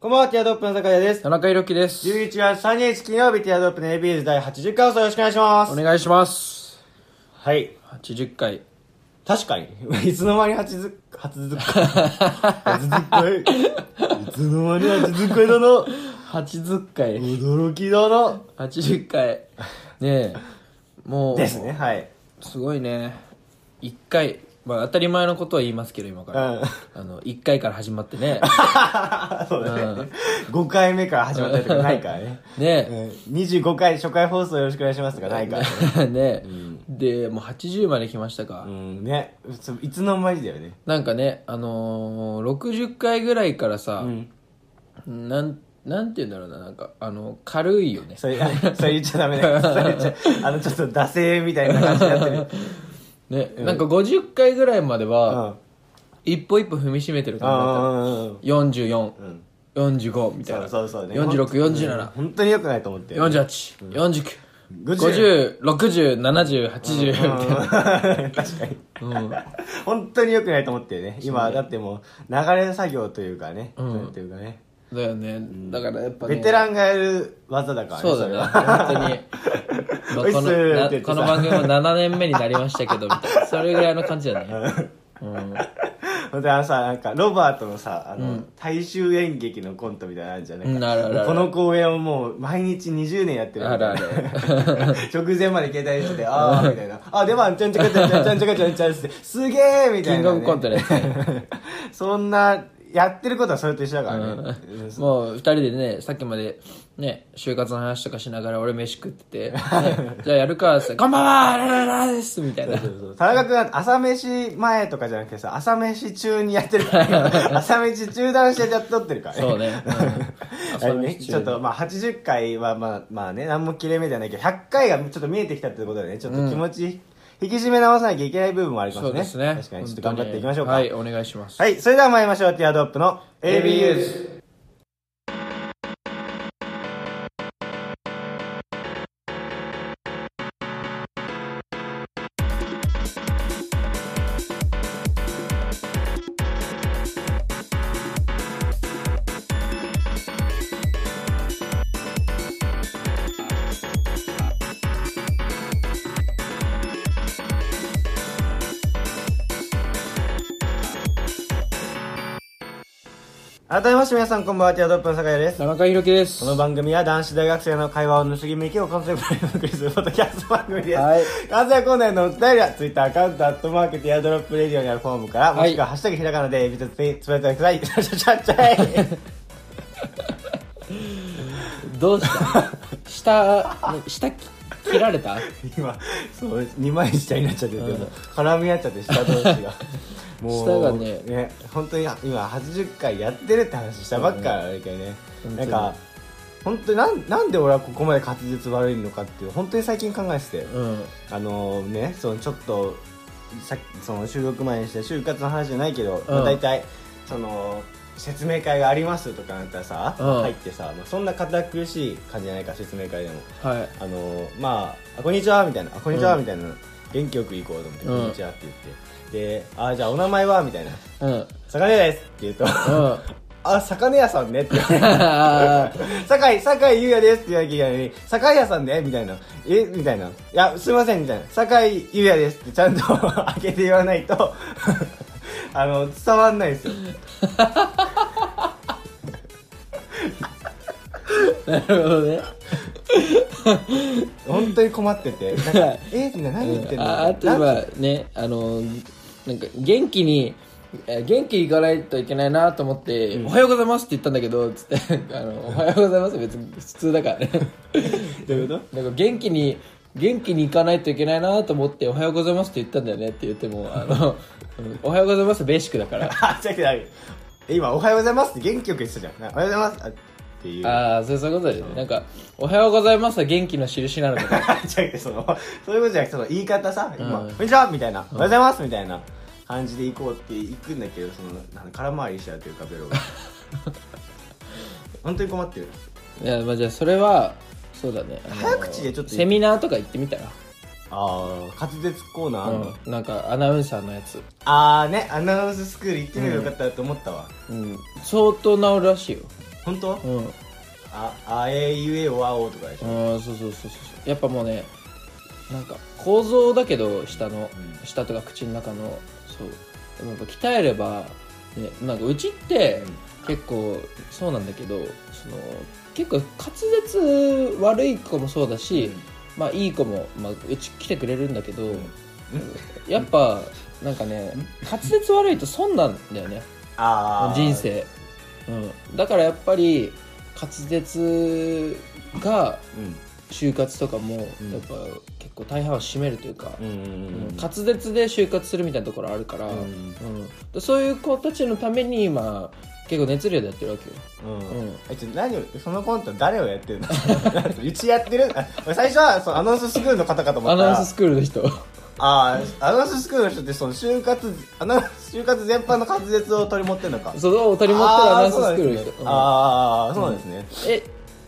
こんばんは、ティアドロップの酒屋です。田中裕樹です。 11月3日金曜日、ティアドロップの ABS 第80回放送よろしくお願いします。お願いします。はい。 80回。確かに。 いつの間に初ず、初ずっこい。初ずっこい。いつの間に初ずっこいだな。 80回。驚きだな。 80回。ねえ。もう、ですね、はい。すごいね。1回。まあ当たり前のことは言いますけど、今うかん。ら。あの、1回から始まっ てね。そうだね。5回目から始まったりとかないから ね。うねん25回初回放送よろしくお願いしますとかないからね。え。ねえ。で、もう80まで来ましたかう。ん、ね。そういつの間にだよね。なんかね、あのー、60回ぐらいからうさ、ん。なん、なんて言うんだろうな、なんか、あの、軽いよね。それ、あそれ言っちゃダメだよ。それ言っちゃ、あの、ちょっと惰性みたいな感じになってる。 ね、なんか50回ぐらいまでうは、ん。一歩一歩踏みしめてる感じだったのうんうんうんうん。 4445みたいそうなそうそうね。 4647本当に良くないと思ってる。うん484950607080 確かに。本当に良くないと思ってるね。今、だってもう、流れ作業というかね。うなんんていうかね。だよねだからやっぱねベテランがやる技だからね。そうだれねは本当おいにっまあすこーっのて言ってなさこの番組も7年目になりましたけどみたいなそれぐらいの感じだねうんほんであのさなんかロバートのさあの、大衆演劇のコントみたいなのあるじゃんないうんあるあるあるこの公演をもう毎日20年やってるあるある直前まで携帯しててああみたいなあでもあんちゃんちゃかちゃんちゃんちゃんちゃかちゃんちゃんってすげえみたキいな、ね、ングオブコントのやつねそんなやってることはそれと一緒だからね、うんもう2人でねさっきまでね就活の話とかしながら俺飯食ってて、ねじゃあやるかっつって「こんばんはラララです」みたいなそうそう田中君は朝飯前とかじゃなくてさ朝飯中にやってるから、ね、朝飯中断してやっとってるからねそうね、うん、あれね、ちょっとまあ80回はまあまあね何も切れ目じゃないけど100回がちょっと見えてきたってことでねちょっと気持ち、引き締め直さなきゃいけない部分もありますねそうですね確かにちょっと頑張っていきましょうかははいい、お願いしますそれでは参りましょうティアドロップの ABUs 改めまして皆さんこんばんはティアドロップの酒井です田中裕樹ですこの番組は男子大学生の会話を盗み聞きをコンセプトにお送りするポッドキャスト番組です。はい関西コーナーへのお便りは、ツイッターアカウント、アットマーク、ティアドロップレディオにあるフォームから、もしくは、ハッシュタグひらがなで、エビとつぶやいてください。ちゃちゃちゃちゃい。どうした 下下き切られた今、そう、二枚下になっちゃってて、もう絡み合っちゃって、下同士 が。下がねね、本当に今80回やってるって話したばっかだけどね、うんなんか本当になんなんで俺はここまで滑舌悪いのかっていう本当に最近考えてて、うんあのねそのちょっとさっきその収録前にした就活の話じゃないけど、まあ、大体その説明会がありますとかなったらさ、うん入ってさ、まあ、そんな堅苦しい感じじゃないから説明会でもはいあのまああ「こんにちは」みたいな「あこんにちは」うんみたいな、元気よく行こうと思って「うんこんにちは」って言ってで「あじゃあお名前は?」みたいなうん うん「魚屋です」って言うと 「あ魚屋さんね」って 言われてあ酒井、酒井優也ですって言わなきゃいけないのに、酒井屋さんでみたいな。えみたいな。いや、すいません、みたいな。酒井優也ですってちゃんと 開けて言わないと、 あの、伝わんないですよ。ーなるほどね本当に困ってて。なん かえみたいな、何言ってんのああとなんはねあのなんか元気にえー元気にいかないといけないなと思って、おはようございますって言ったんだけどつって あのおはようございます別に普通だからね どういうことなんか元気に元気に行かないといけないなと思って「おはようございます」って言ったんだよねって言っても「あのうんおはようございます」ベーシックだからあ、違う違う。え今、おはようございますって元気よく言ってたじゃん。なおはようございますあっていう。ああそういうことだよねなんか「おはようございます」は元気の印なのかな じゃなくてそのそういうことじゃなくてその言い方さ「今、うんこんにちは」みたいな「おはようございます」みたいな感じで行こうって行くんだけどそのなんか空回りしちゃうというか ベロが本当に困ってる いや、まあ、じゃあそれはそうだねあの早口でちょっとセミナーとか行ってみたら、ああ滑舌コーナーあんの、うんなんかアナウンサーのやつ、ああねアナウンススクール行ってみればよかったと思ったわ、うん、相当治るらしいよ本当うんああえいうえおあおとかでしょうんそうそうそうそうやっぱもうねなんか構造だけど下の、うん下とか口の中のそうでもやっぱ鍛えれば、ね、なんかうちって結構そうなんだけどその結構滑舌悪い子もそうだし、まあいい子も、まあ、うち来てくれるんだけど、 やっぱなんかね滑舌悪いと損なんだよねああ人生、うん、だからやっぱり滑舌が就活とかもやうんっぱ結構大半を占めるというか、うんうんうんうん滑舌で就活するみたいなところあるから、うんうんでそういう子たちのために今結構熱量でやってるわけようんうんえちょ何をそのコント誰をやってるの うちやってるあ俺最初はそのアナウンススクールの方かと思アったらナウンススクール の人あーアナウンススクールの人ってその就活アナウンス就活全般の滑舌を取り持ってるのかそのお取り持ったアナウンススクールの人、うんあーそうなんですねあーそうなんですね、え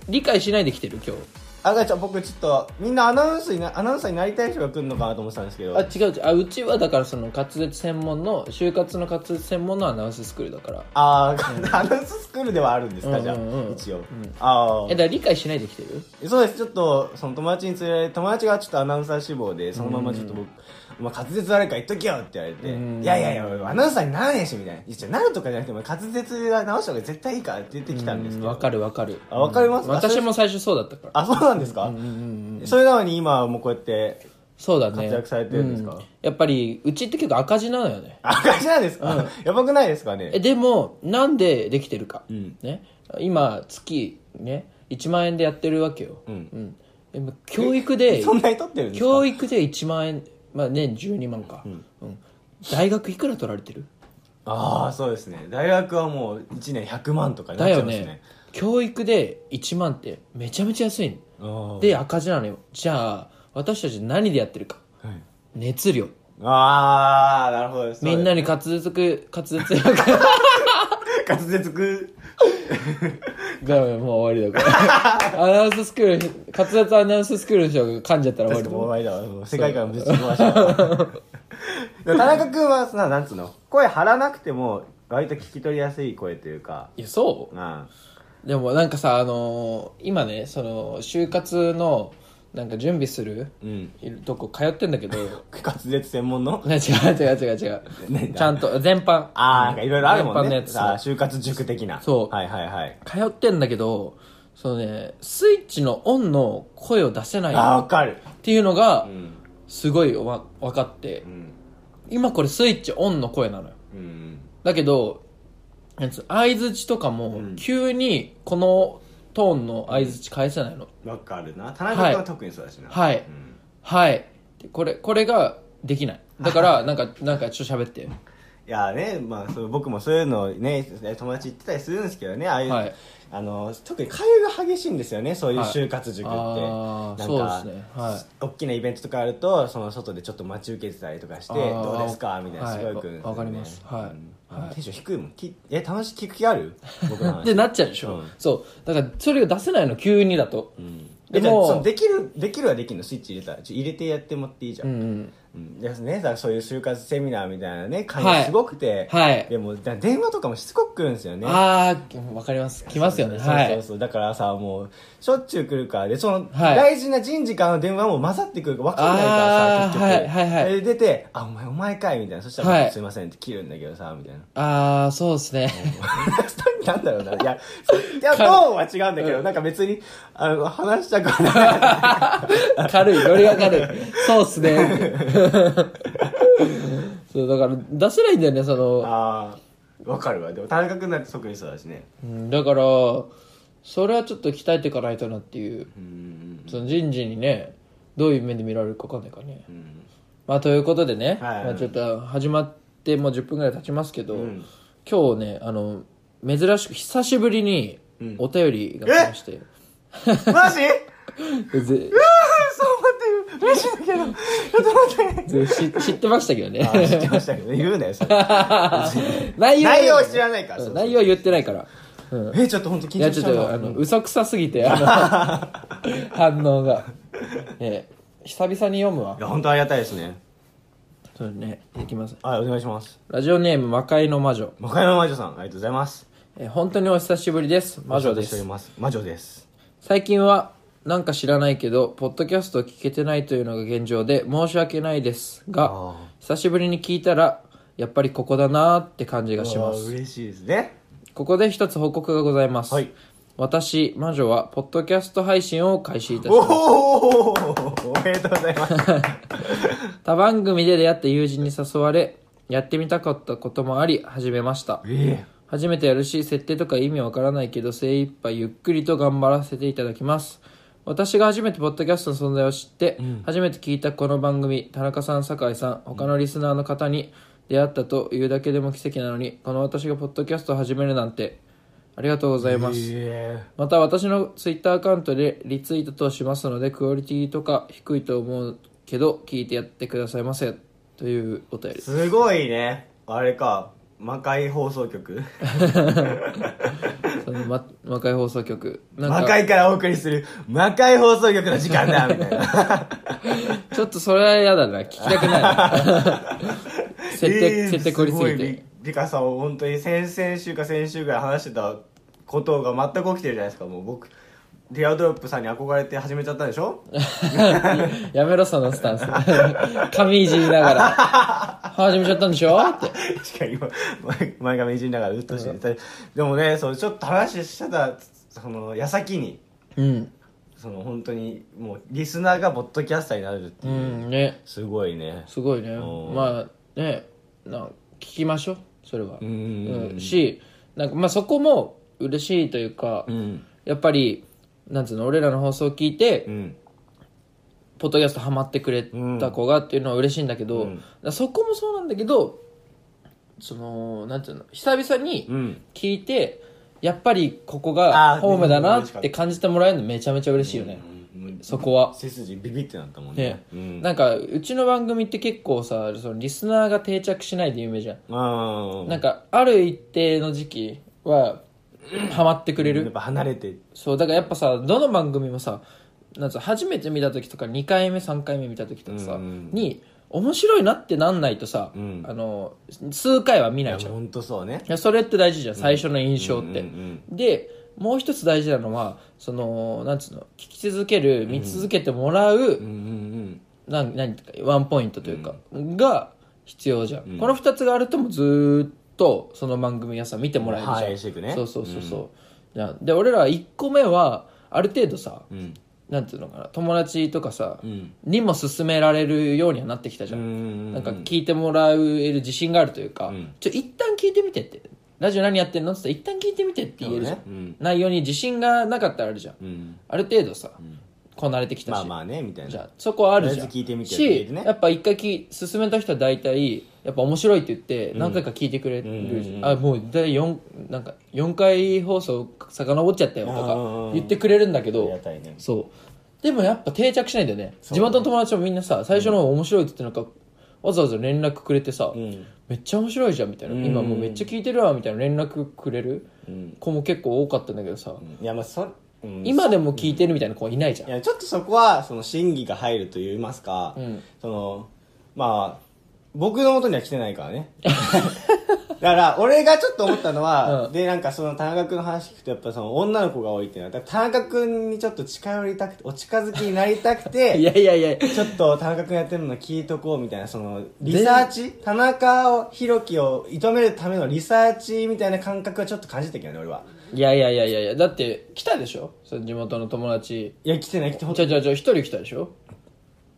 理解しないで来てる今日あがちゃん僕ちょっとみんなアナウンスになアナウンサーになりたい人が来るのかなと思ってたんですけどあ違う違うあうちはだからその滑舌専門の就活の滑舌専門のアナウンススクールだからああ、アナウンススクー ルではあるんですか、うんうんうんじゃあ一応、んあえだから理解しないで来てるあそうですちょっとその友達に連れられ友達がちょっとアナウンサー志望でそのままちょっと僕、お前滑舌悪いから言っときよって言われて、うんいやいやいやアナウンサーにならねえしみたいないやじゃあなるとかじゃなくてお前滑舌が直した方が絶対いいからって言ってきたんですけうどわかるわかるあわかりますうん私も最初そうだったからあそうなんですか、うんうんうんそれなのに今はもうこうやってそうだね活躍されてるんですかうやっぱりうちって結構赤字なのよね赤字なんですか、やばくないですかねえでもなんでできてるか、うんね、今月ね1万円でやってるわけよ、うんうんでも教育でそんなに取ってるんですか教育で1万円まあ年12万か、うん大学いくら取られてるああそうですね大学はもう1年100万とかになっだちゃよいますねね教育で1万ってめちゃめちゃ安いあのーで赤字なのよじゃあ私たち何でやってるかはい熱量ああなるほどですみんなにに滑舌く滑舌力滑舌くダメもう終わりだこ れアナウンススクール滑舌アナウンススクールの人が噛んじゃったら終わ確りかだにもおん前だわもう世界観も絶対壊しちゃうわでも田中君はななんつうの声張らなくても割と聞き取りやすい声というかいやそうあでもなんかさあのー今ねその就活のなんか準備するうんいるとこ通ってんだ けど滑舌専門のね違う違う違う違う何ちゃんと全般ああなんかいろいろあるもん全般のねやつさあ就活塾的なそうはいはいはい通ってんだけどそのねスイッチのオンの声を出せないああっわかるていうのがうんすごいわ分かってうん今これスイッチオンの声なのようんだけどなんつう相づちとかもうん急にこのトーンの相づち返せないの、わかるな田中君は特にそうだしなはういんはいでこれこれができないだか らなんかなんかちょっと喋っていやね、まあ、そう僕もそういうのをね友達言ってたりするんですけどねああいう、はいあの特に会話が激しいんですよねそういう就活塾って、あーなんかそうですねはい大きなイベントとかあるとその外でちょっと待ち受けてたりとかしてあーどうですかみたいなはいすごい来るんですよ、ねわわかりますはいうんはいテンション低いもんきえ楽しい聞く気ある僕の話ってなっちゃうでしょ、うんそうだからそれが出せないの急にだとうんででももそのできるできるはできるのスイッチ入れたらちょ入れてやってもらっていいじゃん、うんうんうんですね、だからそういう就活セミナーみたいなね会はい話すごくて、はいでもだから電話とかもしつこく来るんですよねああわかります来ますよねはそうそういそうだからさもうしょっちゅう来るからでその、はい大事な人事からの電話も混ざってくるか分かんないからさあー結局、はいはいはいで出て「あお前お前かい」みたいなそしたら、はいすいません」って切るんだけどさみたいなああそうですね なんだろうないやそういやトーンは違うんだけど、なんか別にあの話したくは ない軽いよりが軽いそうっ すねそうだから出せないんだよねその、あー分かるわでも田中君なんて特にそうだしねうん、だからそれはちょっと鍛えていかないとなっていううんその人事にねどういう目で見られるか分かんないからねうんまあということでね、はいまあ、ちょっと始まってもう10分ぐらい経ちますけど、ん今日ねあの珍しく久しぶりにうんお便りが来まして、マジぜそう待って嬉しいんだけどちょっと待って ぜし知ってましたけどねあー知ってましたけど言うなよそれ 内内容は知らないからうんそうそう内容は言ってないから、うんえちょっと本当緊いや張ちしょちっゃうとわあの嘘くさすぎてあ の反応が、ね、久々に読むわいや本当ありがたいですねそうねいきますはいお願いしますラジオネーム魔界の魔女魔界の魔女さんありがとうございますえー本当にお久しぶりです。魔女でしておすり。ます魔女です最近はなんか知らないけどポッドキャストを聞けてないというのが現状で申し訳ないですがあ久しぶりに聞いたらやっぱりここだなーって感じがしまあーす嬉しいですねここで一つ報告がございます、はい私魔女はポッドキャスト配信を開始いたしおまおおめでとうございますす他番組で出会った友人に誘われやってみたかったこともあり始めましたえ初めてやるし設定とか意味わからないけど精一杯ゆっくりと頑張らせていただきます私が初めてポッドキャストの存在を知って、初めて聞いたこの番組田中さん酒井さん他のリスナーの方に出会ったというだけでも奇跡なのにこの私がポッドキャストを始めるなんてありがとうございます、えまた私のツイッターアカウントでリツイートとしますのでクオリティとか低いと思うけど聞いてやってくださいませというお便りすごいねあれか魔界放送局その、ま、魔界放送局なんか魔界からお送りする魔界放送局の時間だみたいなちょっとそれは嫌だな。聞きたくないな。 設定、えー設定凝りすぎごいてリ。リカさんを本当に先々週か先週ぐらい話してたことが全く起きてるじゃないですかもう僕ディアドロップさんに憧れて始めちゃったんでし ょやめろ、そのスタンス。 髪いじりな がら。始めちゃったんでしょって。確かに今前前髪いじりながらうっとしてて、でもねそうちょっと話してたその矢先にうん。その本当にもうリスナーがボットキャスターになるってういう、ん、ね。すごいねすごいね。うんまあ、ね、なんか聞きましょう。それは。うんうんうんし、なんか、まあそこも嬉しいというかう、んやっぱり、なんつうの、俺らの放送を聞いてう、んポッドキャストハマってくれた子がっていうのは嬉しいんだけど、うんだからそこもそうなんだけどそのなんていうの久々うにん聞いて、やっぱりここあがーホームだなっ嬉しかったて感じてもらえるのめちゃめちゃ嬉しいよね、そこは。背筋ビビってなったもんねねうんなんかうちの番組って結構さそのリスナーが定着しないで有名じゃん、うんなんかある一定の時期 はハマってくれる、やっぱ離れてそうだからやっぱさどの番組もさなんつうの初めて見た時とか2回目3回目見た時とかさ、うんうんに面白いなってなんないとさ、うんあの数回は見ないじゃんい本当そうねやそれって大事じゃん最初の印象って、うんうんでもう一つ大事なのはそのなんつうの聞き続ける見続けてもらう、うんうんなんなんていうかワンポイントというか、が必要じゃん、うんこの2つがあるともうずーっとその番組やさ見てもらえるじゃん、反映していくねそうそうそうそう、じゃんで俺ら1個目はある程度さうんうんなんていうのかな友達とかさ、うんにも勧められるようにはなってきたじゃん、んなんか聞いてもらえる自信があるというか、んちょ一旦聞いてみてってラジオ何やってんのって言ったら一旦聞いてみてって言えるじゃん、そうねうん内容に自信がなかったらあるじゃん、うんある程度さ、こなれてきたし、まあまあねみたいなじゃあそこはあるじゃんとりあえず聞いてみてってしいうねやっぱ一回き進めた人は大体やっぱ面白いって言って何回か聞いてくれるじゃん、あもう大体 4, なんか4回放送遡っちゃったよとうんか言ってくれるんだけありどがたいねそうでもやっぱ定着しないんだよね地元の友達もみんなさ最初の方面白いって言ってなんかわざわざ連絡くれてさ、んめっちゃ面白いじゃんみたいな、うん今もうめっちゃ聞いてるわみたいな連絡くれるうん子も結構多かったんだけどさ、いやまあそうん今でも聞いてるみたいな子はいないじゃんいやちょっとそこはその審議が入ると言いますか、んそのまあ僕の元には来てないからね だから俺がちょっと思ったのは、うんでなんかその田中君の話聞くとやっぱその女の子が多いっていうのはだから田中君にちょっと近寄りたくてお近づきになりたくいてやいやいやちょっと田中君やってるの聞いとこうみたいなそのリサーチ田中宏樹を射止めるためのリサーチみたいな感覚はちょっと感じたけどね俺はいやいやいやいやいやだって来たでしょその地元の友達いや来てない来てほんじゃじゃじゃ一人来たでしょ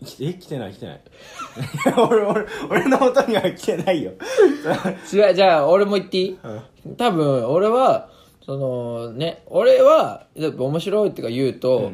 来てえ来てない来てない いや俺俺俺の元には来てないよ 違うじゃあ俺も言っていい、多分俺はそのね俺はやっぱ面白いってか言うと、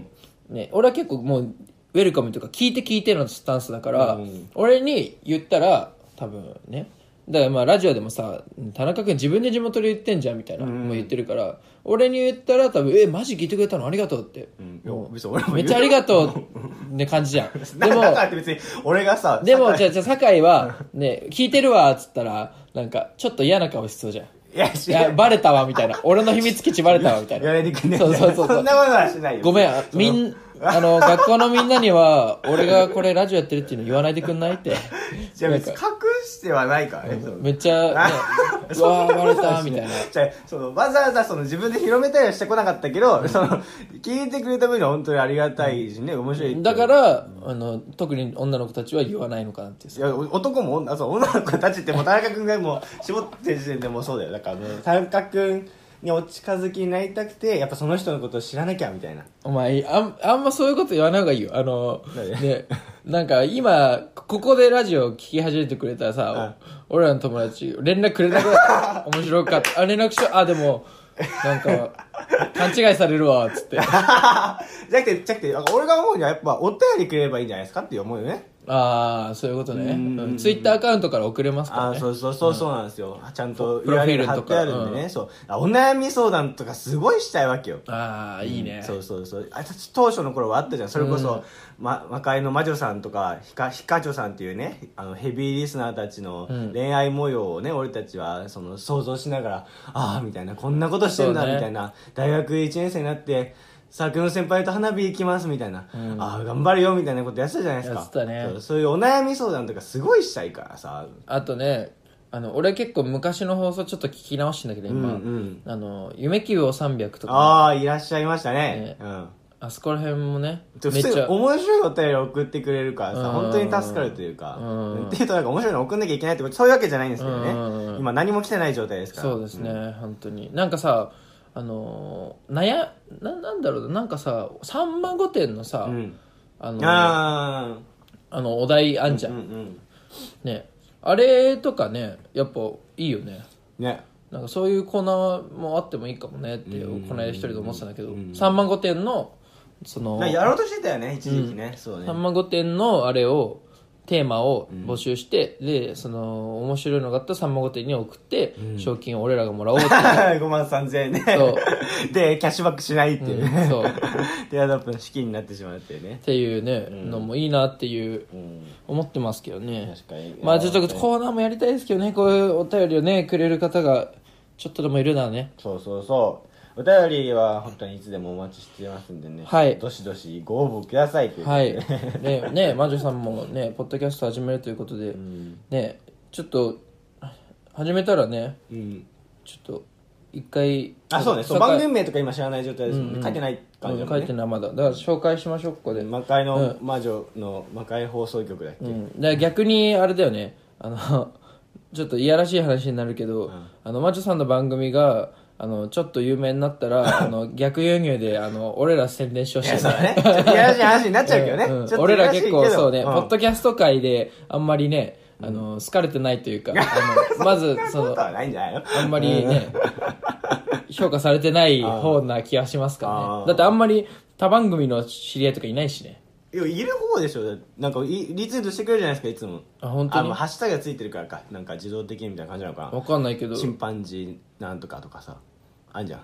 ね、俺は結構もうウェルカムとか聞いて聞いてのスタンスだから、うん俺に言ったら多分ねだからまあラジオでもさ田中君自分で地元で言ってんじゃんみたいな、もう言ってるから俺に言ったら多分えマジ聞いてくれたのありがとうって、んいもうや別に俺も言うめっちゃありがとうって感 じじゃんだでもだからって別に俺がさでも、酒じゃあ、じゃあ、酒井は、ね、聞いてるわ、っつったら、なんか、ちょっと嫌な顔しそうじゃん。いいやしや、バレたわ、みたいな。俺の秘密基地バレたわ、みたいやな。めてくんねそうそうそうそうそんなことはしないよごめんそ、のみん、あの、学校のみんなには、俺がこれラジオやってるっていうの言わないでくんないって。じゃあ別にな隠んしてはないからね。そのめっち ゃ、ね、うわー、バレた、みたいな。じゃあそのわざわざその自分で広めたりはしてこなかったけど、その聞いてくれた分には本当にありがたいしね、面白い。だから、あの、特に女の子たちは言わないのかなっていうい。やお男も女そう女の子たちってもう田中君がもう絞ってる時点でもうそうだよだからもう田中君にお近づきになりたくてやっぱその人のことを知らなきゃみ たいなお前あん、あんまそういうこと言わない方がいいよ。あの、何ね、なんか今、ここでラジオ聞き始めてくれたらさ、俺らの友達、連絡くれなくなった。 面白かった。あ、連絡しよう。あ、でも、なんか、勘違いされるわ、つって。あじゃなくてじゃなくてなんか俺が思うにはやっぱお便りくれればいいんじゃないですかって思うよねあー、そういうことうんね。ツイッターアカウントから送れますからあね。そうそうそうそうなんですよ、ちゃんとプロフィール URL とか貼ってあるんでね、そうあお悩み相談とかすごいしたいわけよあー、いいね。そうそうそうあ当初の頃はあったじゃんそれこそ、ま、魔界の魔女さんとかヒカヒカチョさんっていうねあのヘビーリスナーたちのうん恋愛模様をね、俺たちはその想像しながらああみたいなこんなことしてんだ、そうねみたいな大学1年生になってサークルの先輩と花火行きますみたいな、うんああ頑張るよみたいなことやってたじゃないですかやってたねそうそういうお悩み相談とかすごいしたいからさあとね、あの、俺結構昔の放送ちょっと聞き直してんだけど、今、うんうんあの、夢希望300とかね、ああいらっしゃいましたねねうんあそこら辺もね、普めっち通ゃ。面白いお便り送ってくれるからさうん本当に助かるというかうんっていうとなんか面白いの送んなきゃいけないってことそういうわけじゃないんですけどうねん今何も来てない状態ですからそうですね、本当になんかさあのー悩ななんだろうななんかささんま御殿のさ、うんあうのんーああのお題あんじーゃ、うんんうんねあれとかねやっぱいいよねねなんかそういうコーナーもあってもいいかもねってこの間一人で思ってたんだけど、うんさんま御殿のそのなんかやろうとしてたよね一時期ねそうねさんま御殿のあれをテーマを募集して、でその面白いのがあったらさんま御殿に送って、賞金を俺らがもらおうっていう 5万3000円ねそ でキャッシュバックしないっていう うねんそうティアドロップの資金になってしまうっていうねっていうね、のもいいなっていう思ってますけどね確かにまあちょっとそうコーナーもやりたいですけどねこういうお便りをねくれる方がちょっとでもいるならねそうそうそうお便りは本当にいつでもお待ちしてますんでねはいどしどしご応募くださいということは でいねね魔女さんもねポッドキャスト始めるということで、ねちょっと始めたらねうんちょっと一回あ、そうね。そう紹介番組名とか今知らない状態ですもんね。書いてない感じだもうん書んいてね。ないまだだから紹介しましょうここで、魔界の魔女の魔界放送局だっけうん、だから逆にあれだよねあの ちょっといやらしい話になるけど、あのマチョさんの番組があのちょっと有名になっ たらあの逆輸入であの俺ら宣伝しようしいやてそうだね。ちょっといやらしい話になっちゃうけどね。うんちょっと俺ら結い構やしいけどそうね、んポッドキャスト界であんまりねあの好かれてないというか あのまずそそんなことのはないんじゃないのあんまりね評価されてない方な気がしますからあねーだってあんまり他番組の知り合いとかいないしねいや、いる方でしょ。だってなんかい、リツイートしてくれるじゃないですか、いつも。あ本あ当にの、ハッシュタグがついてるからか。なんか自動的にみたいな感じなのかわかんないけどな。チンパンジーなんとかとかさ。あんじゃん。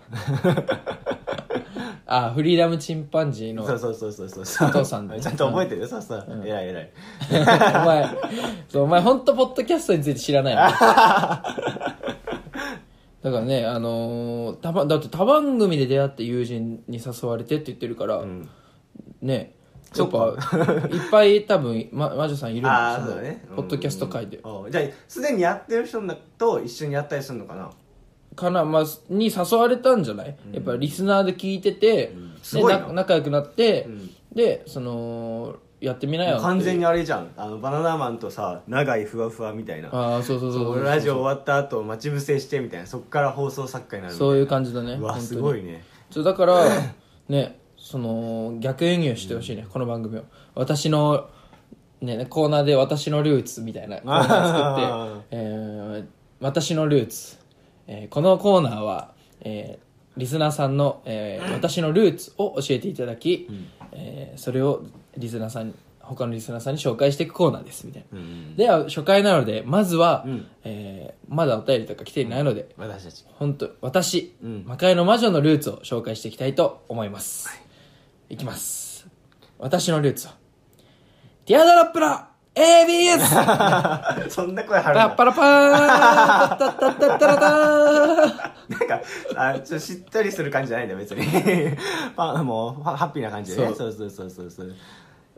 あフリーダムチンパンジーの そうそうそうそうそう。佐藤さん ねちゃんと覚えてるよ、そうそう。偉い偉 い。お前、そうお前ほんとポッドキャストについて知らないよね。だからね、あのーたば、だって他番組で出会った友人に誘われてって言ってるから、んね、やっぱ、いっぱい多分、ま、魔女さんいるんですああ、よそうだね。ポッドキャスト界で。うん。あじゃあ、すでにやってる人と一緒にやったりするのかなかな、まあ、に誘われたんじゃない、やっぱリスナーで聞いてて、すごいでなな仲良くなって、んで、その、やってみなよって。完全にあれじゃんあのバナナマンとさ長いふわふわみたいなああ、そうそうそうそうそうラジオ終わった後待ち伏せしてみたいなそっから放送作家になるみたいそういう感じだね。なうわ本当にすごいねそうだからねその逆輸入してほしいね、この番組を私の、ね、コーナーで「私のルーツ」みたいなコーナー作って「えー私のルーツ」えーこのコーナーは、えーリスナーさんの、えー私のルーツ」を教えていただき、えーそれをリスナーさんに他のリスナーさんに紹介していくコーナーですみたいな、では初回なのでまずは、えーまだお便りとか来ていないので、私たち 本当私、魔界の魔女のルーツを紹介していきたいと思います、い、きます私のルーツはディアドロップの ABS! そんな声張るパのッパラパーンタッタッタッタラターなんか、あちょしっとりする感じじゃないんだよ、別に。 まあ、もう、ハハッピーな感じでね。そそうそうそうそうそう。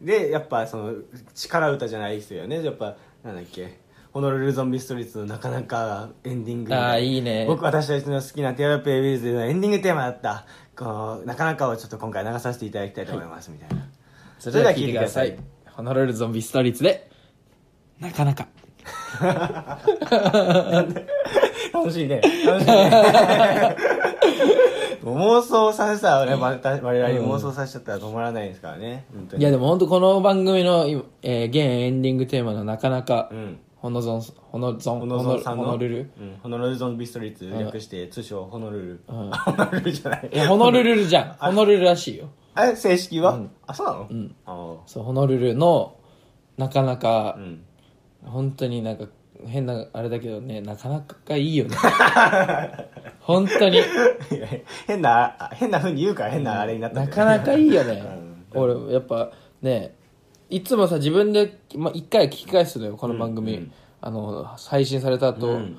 で、やっぱ、その、力歌じゃないですよね。やっぱ、なんだっけ。ホノルルゾンビストリートのなかなかエンディング。あーいいね僕、私たちの好きなティアラップエビーズのエンディングテーマだった。こう、なかなかをちょっと今回流させていただきたいと思います、みたいな。 それでは聞いてください。ホノルルゾンビストリートで、なかなか。楽しいね。楽しいね。妄想させたら、ね、我々に妄想させちゃったら止まらないですからね。本当いに。やでも本当この番組の、今えー現エンディングテーマのなかなか、うん。ほのぞん、ほのぞん、ホノゾンさんのホノルル。うん、ホノルルゾンビストリート略して通称ホノルル、んホノルルじゃないいや、ホノルルじゃん。ホノルルらしいよ。え正式は、あそうなの、あーそう、ホノルルの、なかなかう、ん 本当になんか、変な、あれだけどね、なかなかいいよね。 本当に。いや変なあ変なふうに言うから変なあれになったなんだかよね、なかいいよねうん。俺、やっぱね、いつもさ、自分で、まあ、一回聞き返すのよ、この番組。あの、配信された後。うん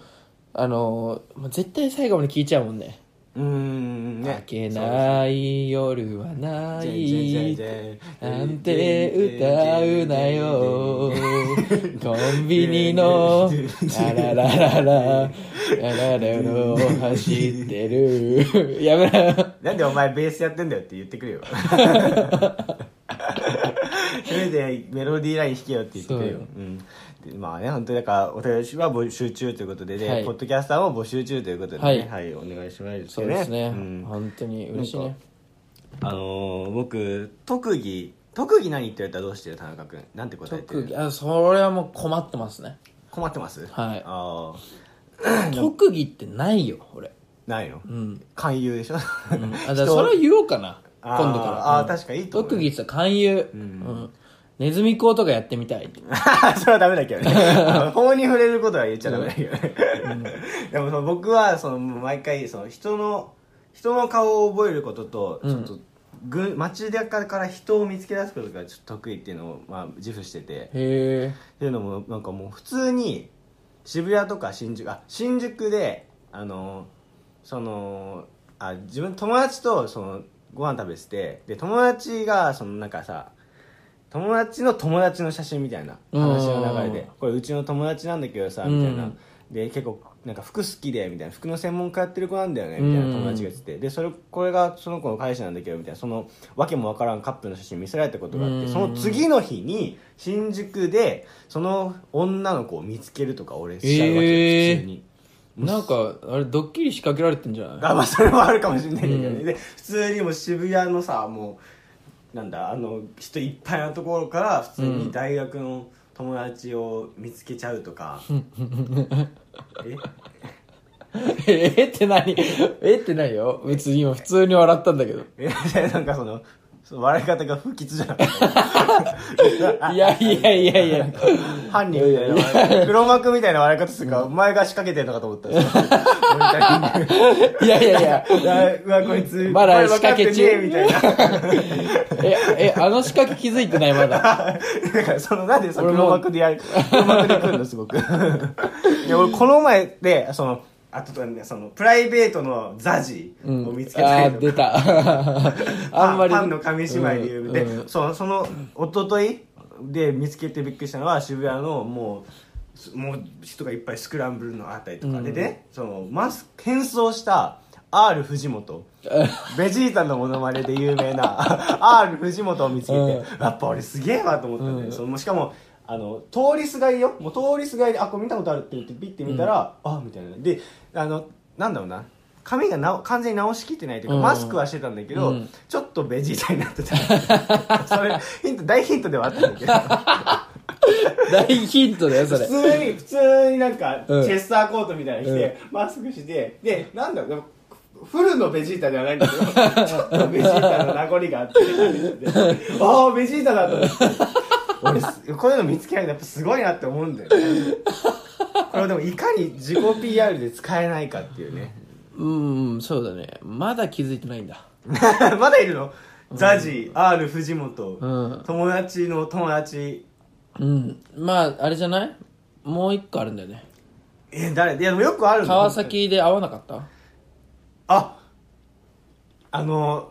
あの、まあ、絶対最後まで聞いちゃうもんね。うーん明ねけない夜はなそうそういじ。ゃんじゃんじゃんなんて歌うなよ。コンビニの、あららららら、あらららを走ってる。やめろ。なんでお前ベースやってんだよって言ってく れよそれでメロディーライン弾けよって言ってくれよそうよ、うんでまあね本当にだからお便りは募集中ということで、ねはいポッドキャスターも募集中ということでねははいい、お願いしますねそうですね。うん本当に嬉しいなんねか。あのー僕特技特技何って言われたらどうしてる田中君なんて答えて特る技あそれはもう困ってますね困ってますはいああ特技ってないよ俺ないの、うん、勧誘でしょ、うん、あじゃ 人あそれは言おうかなあー今度からあーうん確かにいいと思う特技って言ったら勧誘、うんネズミ講とかやってみたいって それはダメだけどね。 あの法に触れることは言っちゃダメだけどね。でもその僕は、その、毎回、その、人の、人の顔を覚えることと、ちょっと、ぐ街中から人を見つけ出すことがちょっと得意っていうのを、まあ、自負してて。へっていうのも、なんかもう普通に、渋谷とか新宿、あ、新宿で、あの、その、あ、自分友達と、その、ご飯食べてて、で、友達が、その、なんかさ、友達の友達の写真みたいな話の流れうんでこれうちの友達なんだけどさうんみたいなで結構なんか服好きでみたいな服の専門家やってる子なんだよねみたいな友達が言っててでそれこれがその子の彼氏なんだけどみたいなそのわけもわからんカップルの写真見せられたことがあっうんてその次の日に新宿でその女の子を見つけるとか俺しちゃうわけへーよ普通に。えなんかあれドッキリ仕掛けられてんじゃないあまあそれもあるかもしれないけどね、で普通にもう渋谷のさもうなんだあの人いっぱいのところから普通に大学の友達を見つけちゃうと か、え えーって何えーってないよ別に今普通に笑ったんだけどえなんかそのその笑い方が不吉じゃないいやいやいやいや犯人みたいな笑い方黒幕みたいな笑い方するからお前が仕掛けてるのかと思ったらそのモニタリングいやいやいやいやうわこいつまだこれ分かってねえ仕掛け中みたいな ええあの仕掛け気づいてないまだだからそのなんでさ俺も黒幕でやる黒幕で来るのすごくいや俺この前でそのあとねそのプライベートのザジをうん見つけたありーとか、出た あんまりパンの紙芝居で言う、うんで、うんそのその一昨日で見つけてびっくりしたのは渋谷のもうすもう人がいっぱいスクランブルのあたりとかでね、そのマスク変装した R 藤本ベジータのモノマネで有名な R 藤本を見つけて、うんやっぱ俺すげえわと思ったんだよ、そのしかもあの通りすがりよもう通りすがりであこれ見たことあるって言ってピッて見たら、あみたいなであのなんだろうな髪がなお完全に直しきってないというか、うんマスクはしてたんだけど、うんちょっとベジータになってた それヒント大ヒントではあったんだけど大ヒントだよ それ普通に普通になんかチうんェスターコートみたいにして、マスクしてでなんだろうでもフルのベジータではないんだけどちょっとベジータの名残があってああベジータだと思って俺す こういうの見つけられるのやっぱすごいなって思うんだよねこれをでもいかに自己 PR で使えないかっていうね うんうんそうだねまだ気づいてないんだまだいるのザジ、R 藤本、うん友達の友達うんまああれじゃないもう一個あるんだよねえ、誰いや、でもよくあるの川。崎で会わなかったああの、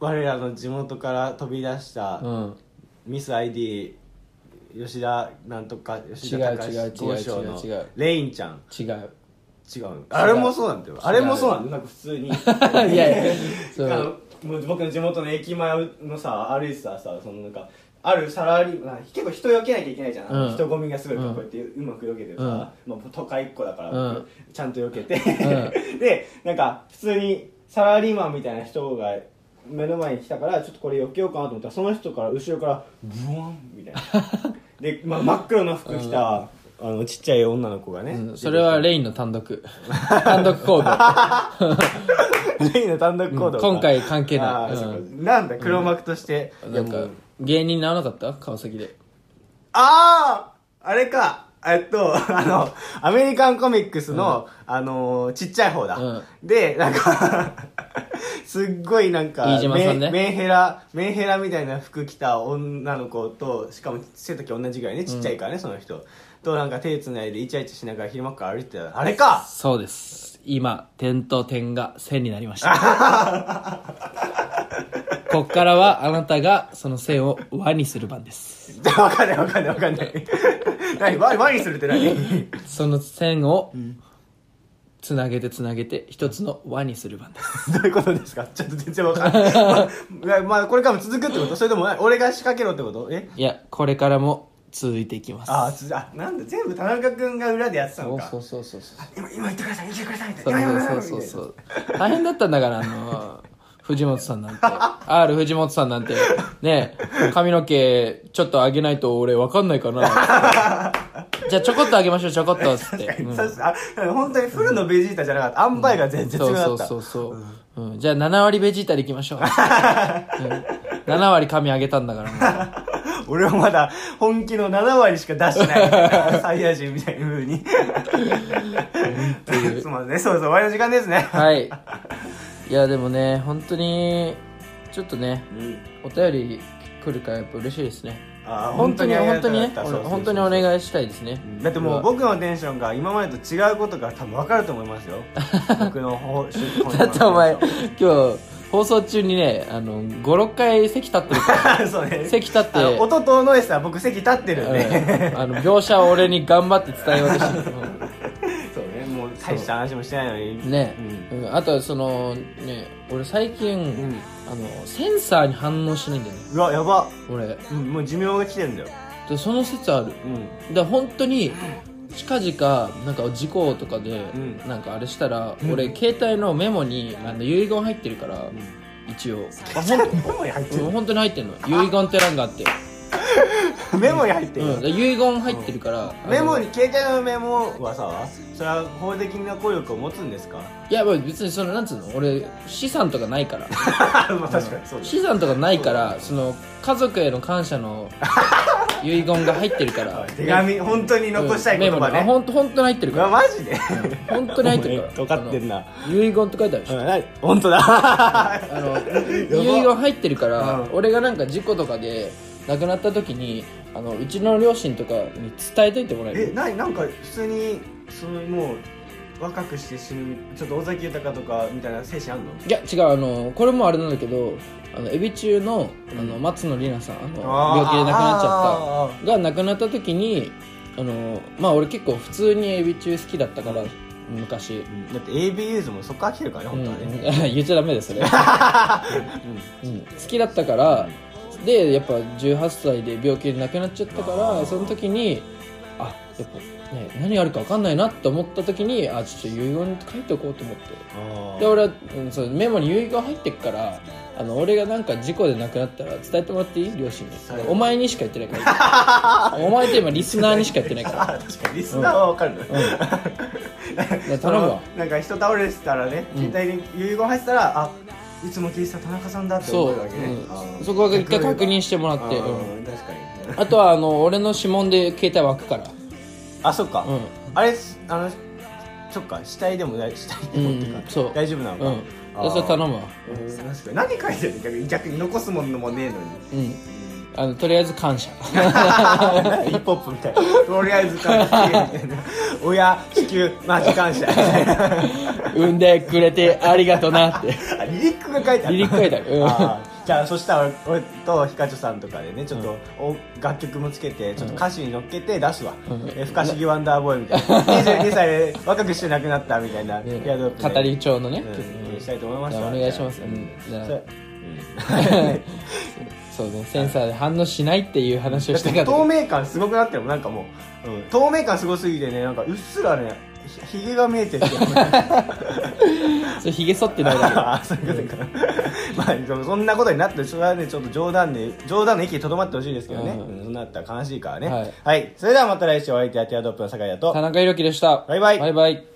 我らの地元から飛び出した、うんミス ID、吉田なんとか、吉田隆違う違う違う豪商の違う違うレインちゃん。違 う違うのあれもそうなんだよ。あれもそうなんだよ。なんか普通 に。いやいやそあうのもう僕の地元の駅前のさ歩いてたらさそのなんかあるサラリーマン結構人避けなきゃいけないじゃん、うん人混みがすごいこうやってうまく避けてさ、まあ、都会っ子だから、うんちゃんと避けて、 でなんか普通にサラリーマンみたいな人が目の前に来たからちょっとこれ避けようかなと思ったらその人から後ろからブワンみたい なで、まあ、真っ黒の服着た、あのちっちゃい女の子がね、うん それはレインの単独単独行動レイの単独行動か、うん今回関係ないあーうんそっかなんだ黒幕として、いなやんもうか芸人にならなかった川崎であああれかえっと、 あの、アメリカンコミックスの、あのーちっちゃい方だ。うんで、なんか、 すっごいなんか、飯島さんメねンメンヘラ、メンヘラみたいな服着た女の子と、しかも背丈同じぐらいね、ちっちゃいからね、その人。と、なんか手繋いでイチャイチャしながら昼間から歩いてた。あれかそうです今点と点が線になりましたこっからはあなたがその線を輪にする番ですじゃあわかんないわかんないわかんない。 何ワイワインするって 何その線をつなげてつなげて一つの輪にする番ですどういうことですかちょっと全然わかんない。まあ、まあ、これからも続くってことそれとも、俺が仕掛けろってことえいやこれからも続いていきますああ、つあ、なんだ、全部田中君が裏でやってたそのうか。そうそうそうそう今、今言ってください、言ってください、みそたいな。うそうそうそう大変だったんだからあの藤本さ んなんて R 藤本さんなんてね髪の毛ちょっと上げないと俺わかんないかな じゃあちょこっと上げましょうちょこっとっつって、うんそうそうあ本当にフルのベジータじゃなかった。アンパイが全然違そうかそっうた。そうそう、うんじゃあ7割ベジータでいきましょう、うん、7割髪上げたんだからも 俺はまだ本気の7割しか出してないみたい な。サイヤ人みたいな風に。つまんね、そうそう、終わりの時間ですね。うはいいやでもね本当にちょっとねうんお便り来るからやっぱ嬉しいですねあー本当にあり本が当たにかねったそうそうそうそう本当にお願いしたいですねだってもう僕のテンションが今までと違うことが多分分かると思いますよ僕の 方だってお前テンシ今日放送中にねあの56回席立ってるかョン そうねら席立ってあの音とノイズは僕席立ってるんで、うんあの描写を俺に頑張って伝えようとして るそうねもう大した話もしてないのうんにね、うんあとはそのね俺最近、うん、あのセンサーに反応しないんだよねうわやば、俺うん、もう寿命が来てるんだよでその説あるうんだから本当に近々なんか事故とかで、んなんかあれしたら、ん俺携帯のメモにあの遺言入ってるから、一応あ本当メモに入ってうん本当に入ってんの遺言って欄があってるメモに入ってる、うん、遺言入ってるから、メモあのに携帯のメモはさそれは法的な効力を持つんですかいやまあ別にそのなんつうの俺資産とかないからまあ確かに そう資産とかないからその家族への感 謝の遺言が入ってるから手紙本当に残したい言葉うんメモにあね、本当本当に入ってるうかわらマジで本当に入ってるから分かってんなあの遺言って書いてあるでしょ、うんな本当だあのば遺言入ってるから、うん俺がなんか事故とかで亡くなった時にあのうちの両親とかに伝えといてもらえ えるななんか普通にそのもう若くして死ぬちょっと尾崎豊とかみたいな精神あんのいや違うあのこれもあれなんだけどあのエビ中のあの松野里奈さんあの病気で亡くなっちゃゃったっが亡くなった時にあのまあ俺結構普通にエビ中好きだったから昔、ただって AB ユーズもそこ飽きるからねうん 本当はね、言っちゃダメですそれ、うん、好きだったからでやっぱ18歳で病気で亡くなっちゃったからその時にあやっぱね何があるか分かんないなって思った時にあちょっと遺言書いておこうと思ってで俺は、うん、そうメモに遺言入ってっからあの俺がなんか事故で亡くなったら伝えてもらっていい両親にはいお前にしか言ってないか ら今お前って今リスナーにしか言ってないからあー確かにリスナーはわかるの、や頼むわその なんか人倒れてたらねうん携帯に遺言入ってたら、あいつも聞いてた田中さんだってそ思う、うわけね、あうーん、そこは一回確認ししてもらって、ううんん、確かにあとはあの俺の指紋で携帯湧くからあそっか、うんあれあのそっか死体でもない 死体でもっていうか、うんそう大丈夫なのか、うんあーそれ頼むわうん確かに何書いてるの逆に逆に残すものもねえのにうんあのとりあえず感謝 ヒップホップみたいなとりあえず感謝みたい な親地球マジ感謝 みたいな産んでくれてありがとなってあリリックが書いてあるリリック書いてあるうんあーじゃあそしたら俺とヒカチョさんとかでねちょっと、お楽曲もつけてちょっと歌詞に乗っけて出すわ「うんえ不可思議ワンダーボーイ」みたい な22歳で若くして亡くなった みたいな、ねヘアドロップで語り調のね、うんしたいと思いましたじゃあお願いします、うんじゃあそれそうねセンサーで反応しないっていう話をだしってたかったけ透 ど明感すごくなってるもんなんかもう、うん透明感すごすぎてねなんかうっすらねひひげが見えてる それひげ剃ってないだああ そういうことか、まあでもそんなことになってそれはねちょっと冗談で冗談の域にとどまってほしいですけどね、うんうんそんなったら悲しいからねはい はい、それではまた来週お相手はティアドロップの酒井だけと田中裕樹でしたバイバイバイバイ